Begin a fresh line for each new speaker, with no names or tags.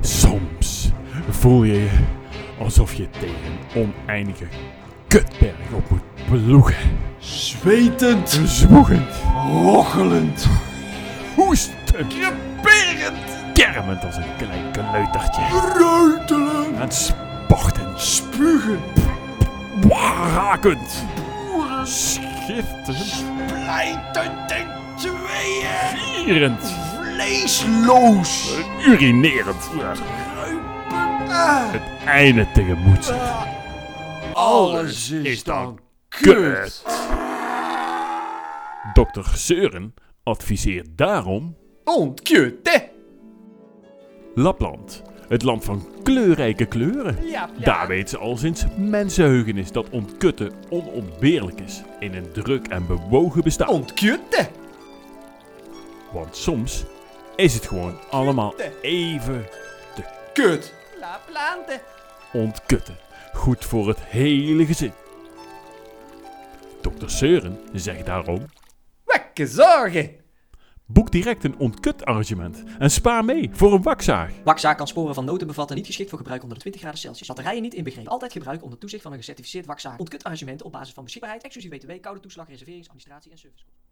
Soms voel je je alsof je tegen een oneindige kutberg op moet ploegen.
Zwetend,
Zwoegend,
rochelend,
hoestend,
kreperend,
kermend als een klein kneutertje.
ruitelen,
En sportend,
spugen,
rakend,
boeren,
schiftend,
splijtend en tweeën,
gierend,
vleesloos,
urinerend. Ja,
kruipend. Ah,
Het einde tegemoet zit.
Alles
is
is
dan
dan
kut.
kut.
Dr. Seuren adviseert daarom
Ontkut, hè?
Lapland, het land van kleurrijke kleuren.
Ja,
Daar weten ze al sinds mensenheugenis dat ontkutten onontbeerlijk is in een druk en bewogen bestaan.
Ontkut, hè?
Want soms is het gewoon allemaal even
Kut.
ontkutten. Goed voor het hele gezin. Dr. Seuren zegt daarom:
Wekke zorgen.
boek direct een ontkutarrangement en spaar mee voor een wakzaag.
Wakzaak kan sporen van noten bevatten, niet geschikt voor gebruik onder de 20 graden Celsius. Batterijen niet inbegrepen. Altijd gebruik onder toezicht van een gecertificeerd wakzaak. Ontkut arrangementen op basis van beschikbaarheid, exclusief BTW, koude toeslag, reserveringsadministratie en service.